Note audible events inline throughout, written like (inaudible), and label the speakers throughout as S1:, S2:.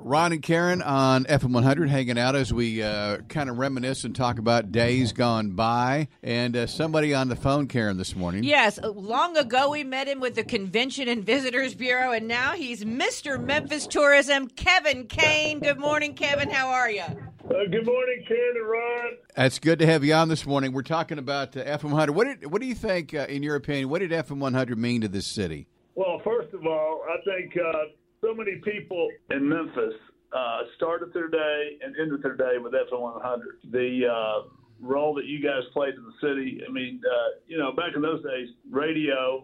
S1: Ron and Karen on FM 100 hanging out as we uh, kind of reminisce and talk about days gone by. And uh, somebody on the phone, Karen, this morning.
S2: Yes, uh, long ago we met him with the Convention and Visitors Bureau, and now he's Mr. Memphis Tourism, Kevin Kane. Good morning, Kevin. How are you?
S3: Uh, good morning, Karen and Ron.
S1: It's good to have you on this morning. We're talking about uh, FM 100. What, did, what do you think, uh, in your opinion, what did FM 100 mean to this city?
S3: Well, first of all, I think uh, so many people in Memphis uh, started their day and ended their day with FM 100. The uh, role that you guys played in the city, I mean, uh, you know, back in those days, radio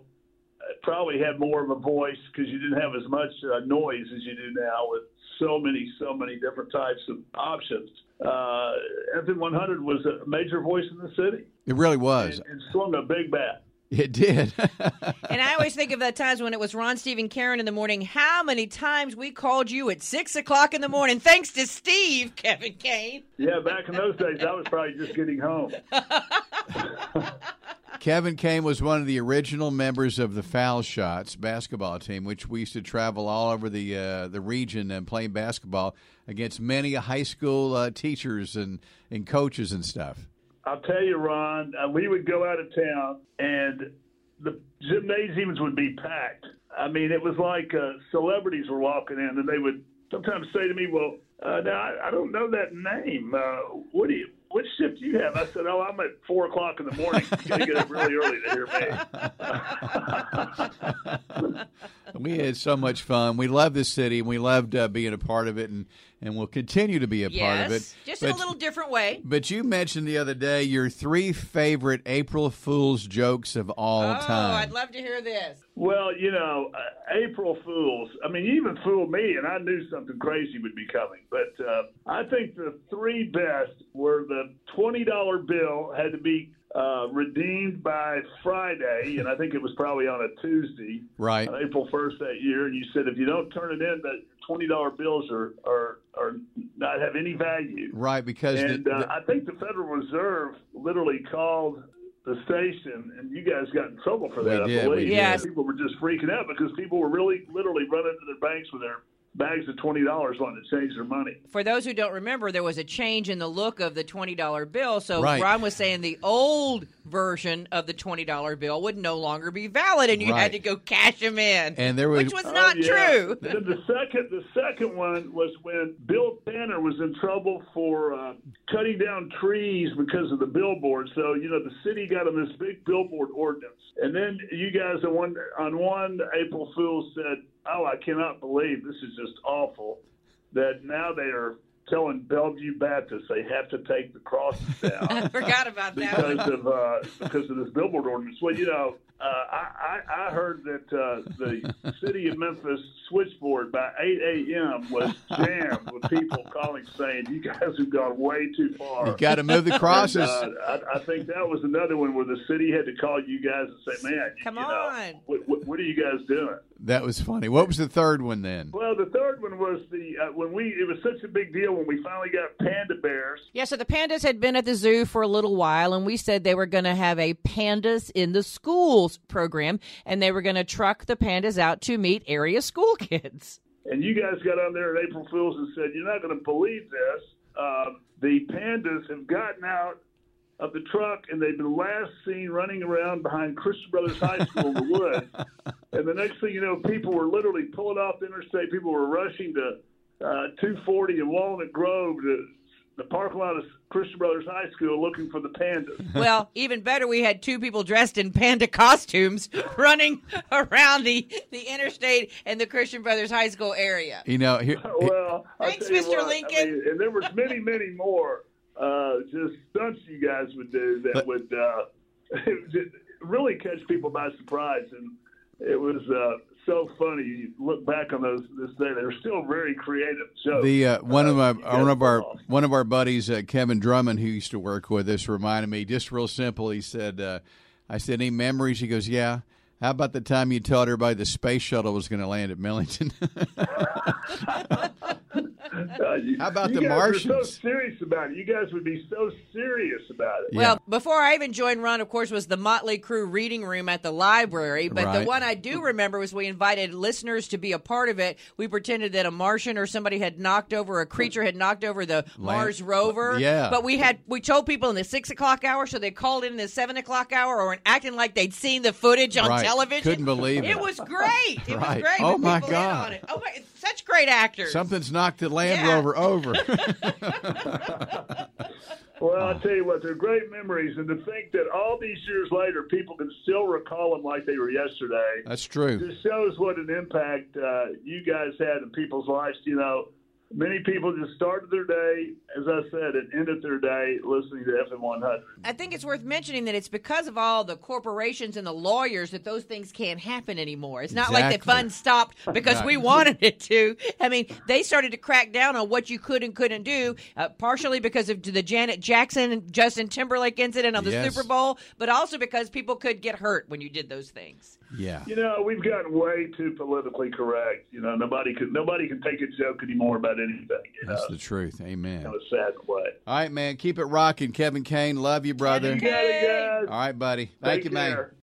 S3: uh, probably had more of a voice because you didn't have as much uh, noise as you do now with so many, so many different types of options. Uh, FM 100 was a major voice in the city
S1: It really was.
S3: and, and swung a big bat.
S1: It did. (laughs)
S2: And I always think of the times when it was Ron, Steve, and Karen in the morning. How many times we called you at six o'clock in the morning, thanks to Steve, Kevin Kane.
S3: Yeah, back in those days, I was probably just getting home.
S1: Kevin Kane was one of the original members of the Foul Shots basketball team, which we used to travel all over the uh, the region and play basketball against many high school uh, teachers and, and coaches and stuff.
S3: I'll tell you, Ron, uh, we would go out of town and the gymnasiums would be packed. I mean, it was like uh, celebrities were walking in, and they would sometimes say to me, "Well, uh, now I, I don't know that name. Uh, what do you? What shift do you have?" I said, "Oh, I'm at four o'clock in the morning. (laughs) You got to get up really early to hear me."
S1: We had so much fun. We loved this city and we loved uh, being a part of it and, and we'll continue to be a part of it.
S2: Yes, just in a
S1: But-
S2: little different way.
S1: But you mentioned the other day your three favorite April Fool's jokes of all
S2: oh,
S1: time.
S2: I'd love to hear this.
S3: Well, you know, uh, April Fools. I mean, you even fooled me, and I knew something crazy would be coming. But uh, I think the three best were the twenty-dollar bill had to be uh, redeemed by Friday, and I think it was probably on a Tuesday,
S1: Right.
S3: on April first that year. And you said if you don't turn it in, that twenty-dollar bills are, are are not have any value.
S1: Right, because the-
S3: And uh,
S1: the-
S3: I think the Federal Reserve literally called the station, and you guys got in trouble for
S1: We
S3: that.
S1: did,
S3: I
S1: we
S3: believe.
S1: did.
S2: Yes.
S3: People were just freaking out because people were really literally running to their banks with their bags of twenty dollars wanting to change their money.
S2: For those who don't remember, there was a change in the look of the $20 bill. So
S1: Right.
S2: Ron was saying the old version of the $20 bill would no longer be valid and you
S1: Right.
S2: had to go cash them in.
S1: And there
S2: which
S1: was-
S2: was not
S3: Oh, yeah.
S2: true.
S3: (laughs)
S2: (laughs)
S3: Then the second, the second one was when Bill Tanner was in trouble for uh, cutting down trees because of the billboard. So you know the city got on this big billboard ordinance, and then you guys on one on one April Fool said, "Oh, I cannot believe this is just awful that now they are telling Bellevue Baptist they have to take the crosses down."
S2: (laughs) I forgot about that one.
S3: because of uh, because of this billboard ordinance. Well, you know, uh, I, I I heard that uh, the city of Memphis switchboard by 8 a.m. was jammed with people calling saying, "You guys have gone way too far."
S1: you got to move
S3: (laughs)
S1: the crosses.
S3: Uh, I, I think that was another one where the city had to call you guys and say, "Man, you-
S2: Come
S3: you know,
S2: on."
S3: what, what, what are you guys doing?"
S1: That was funny. What was the third one then?
S3: Well, the third one was the uh, when we it was such a big deal when we finally got panda bears.
S2: Yeah, so the pandas had been at the zoo for a little while, and we said they were going to have a pandas in the schools program, and they were going to truck the pandas out to meet area school kids.
S3: And you guys got on there at April Fools and said, You're not going to believe this. Um, the pandas have gotten out of the truck and they've been last seen running around behind Christian Brothers High School in the woods. And the next thing you know, people were literally pulling off the interstate. People were rushing to uh, 240 and Walnut Grove to the parking lot of Christian Brothers High School looking for the pandas.
S2: well, even better, we had two people dressed in panda costumes (laughs) running around the, the interstate and the Christian Brothers High School area.
S1: You know, here,
S3: well, I'll
S2: Thanks,
S3: tell you
S2: Mr.
S3: what, I
S2: Lincoln.
S3: mean, and there was many, many more uh, just stunts you (laughs) guys would do that would uh, really catch people by surprise. And It was uh, so funny. You look back on those this day; they're still very creative jokes.
S1: The uh, one of my
S3: Oh. you guys
S1: one of our
S3: pull off.
S1: one of our buddies, uh, Kevin Drummond, who used to work with us, reminded me just real simple. He said, uh, "I said any memories?" He goes, "Yeah." How about the time you taught everybody the space shuttle was going to land at Millington? (laughs)
S3: Uh, you-
S1: How about
S3: you
S1: the
S3: guys are
S1: Martians?
S3: so serious about it. You guys would be so serious about it.
S2: Well, before I even joined Ron, of course, was the Motley Crew reading room at the library. But the
S1: Right.
S2: one I do remember was we invited listeners to be a part of it. We pretended that a Martian or somebody had knocked over a creature had knocked over the Mars rover.
S1: Yeah.
S2: But we had we told people in the six o'clock hour, so they called in in the seven o'clock hour, or acting like they'd seen the footage on
S1: Right.
S2: television.
S1: Couldn't believe it.
S2: It was great. It was
S1: Right.
S2: great.
S1: Oh,
S2: We
S1: my
S2: people in
S1: God.
S2: on it. Oh my! Such great actors.
S1: Something's knocked the Land
S2: Yeah.
S1: Rover over.
S3: Well,
S1: Oh.
S3: I'll tell you what, they're great memories, and to think that all these years later, people can still recall them like they were yesterday
S1: That's true.
S3: just shows what an impact uh, you guys had in people's lives. You know, many people just started their day, as I said, and ended their day listening to FM 100.
S2: I think it's worth mentioning that it's because of all the corporations and the lawyers that those things can't happen anymore. It's not like the
S1: Exactly.
S2: fun stopped because we wanted it to. I mean, they started to crack down on what you could and couldn't do, uh, partially because of the Janet Jackson and Justin Timberlake incident on the
S1: Yes.
S2: Super Bowl, but also because people could get hurt when you did those things.
S1: Yeah.
S3: You know, we've gotten way too politically correct. You know, nobody can nobody can take a joke anymore about anything. You know,
S1: That's the truth. Amen.
S3: in
S1: All
S3: a sad way.
S1: right, man. Keep it rocking. Kevin Kane, love you, brother.
S3: You got it, guys.
S1: All right, buddy. Thank
S3: Take
S1: you, man.
S3: care.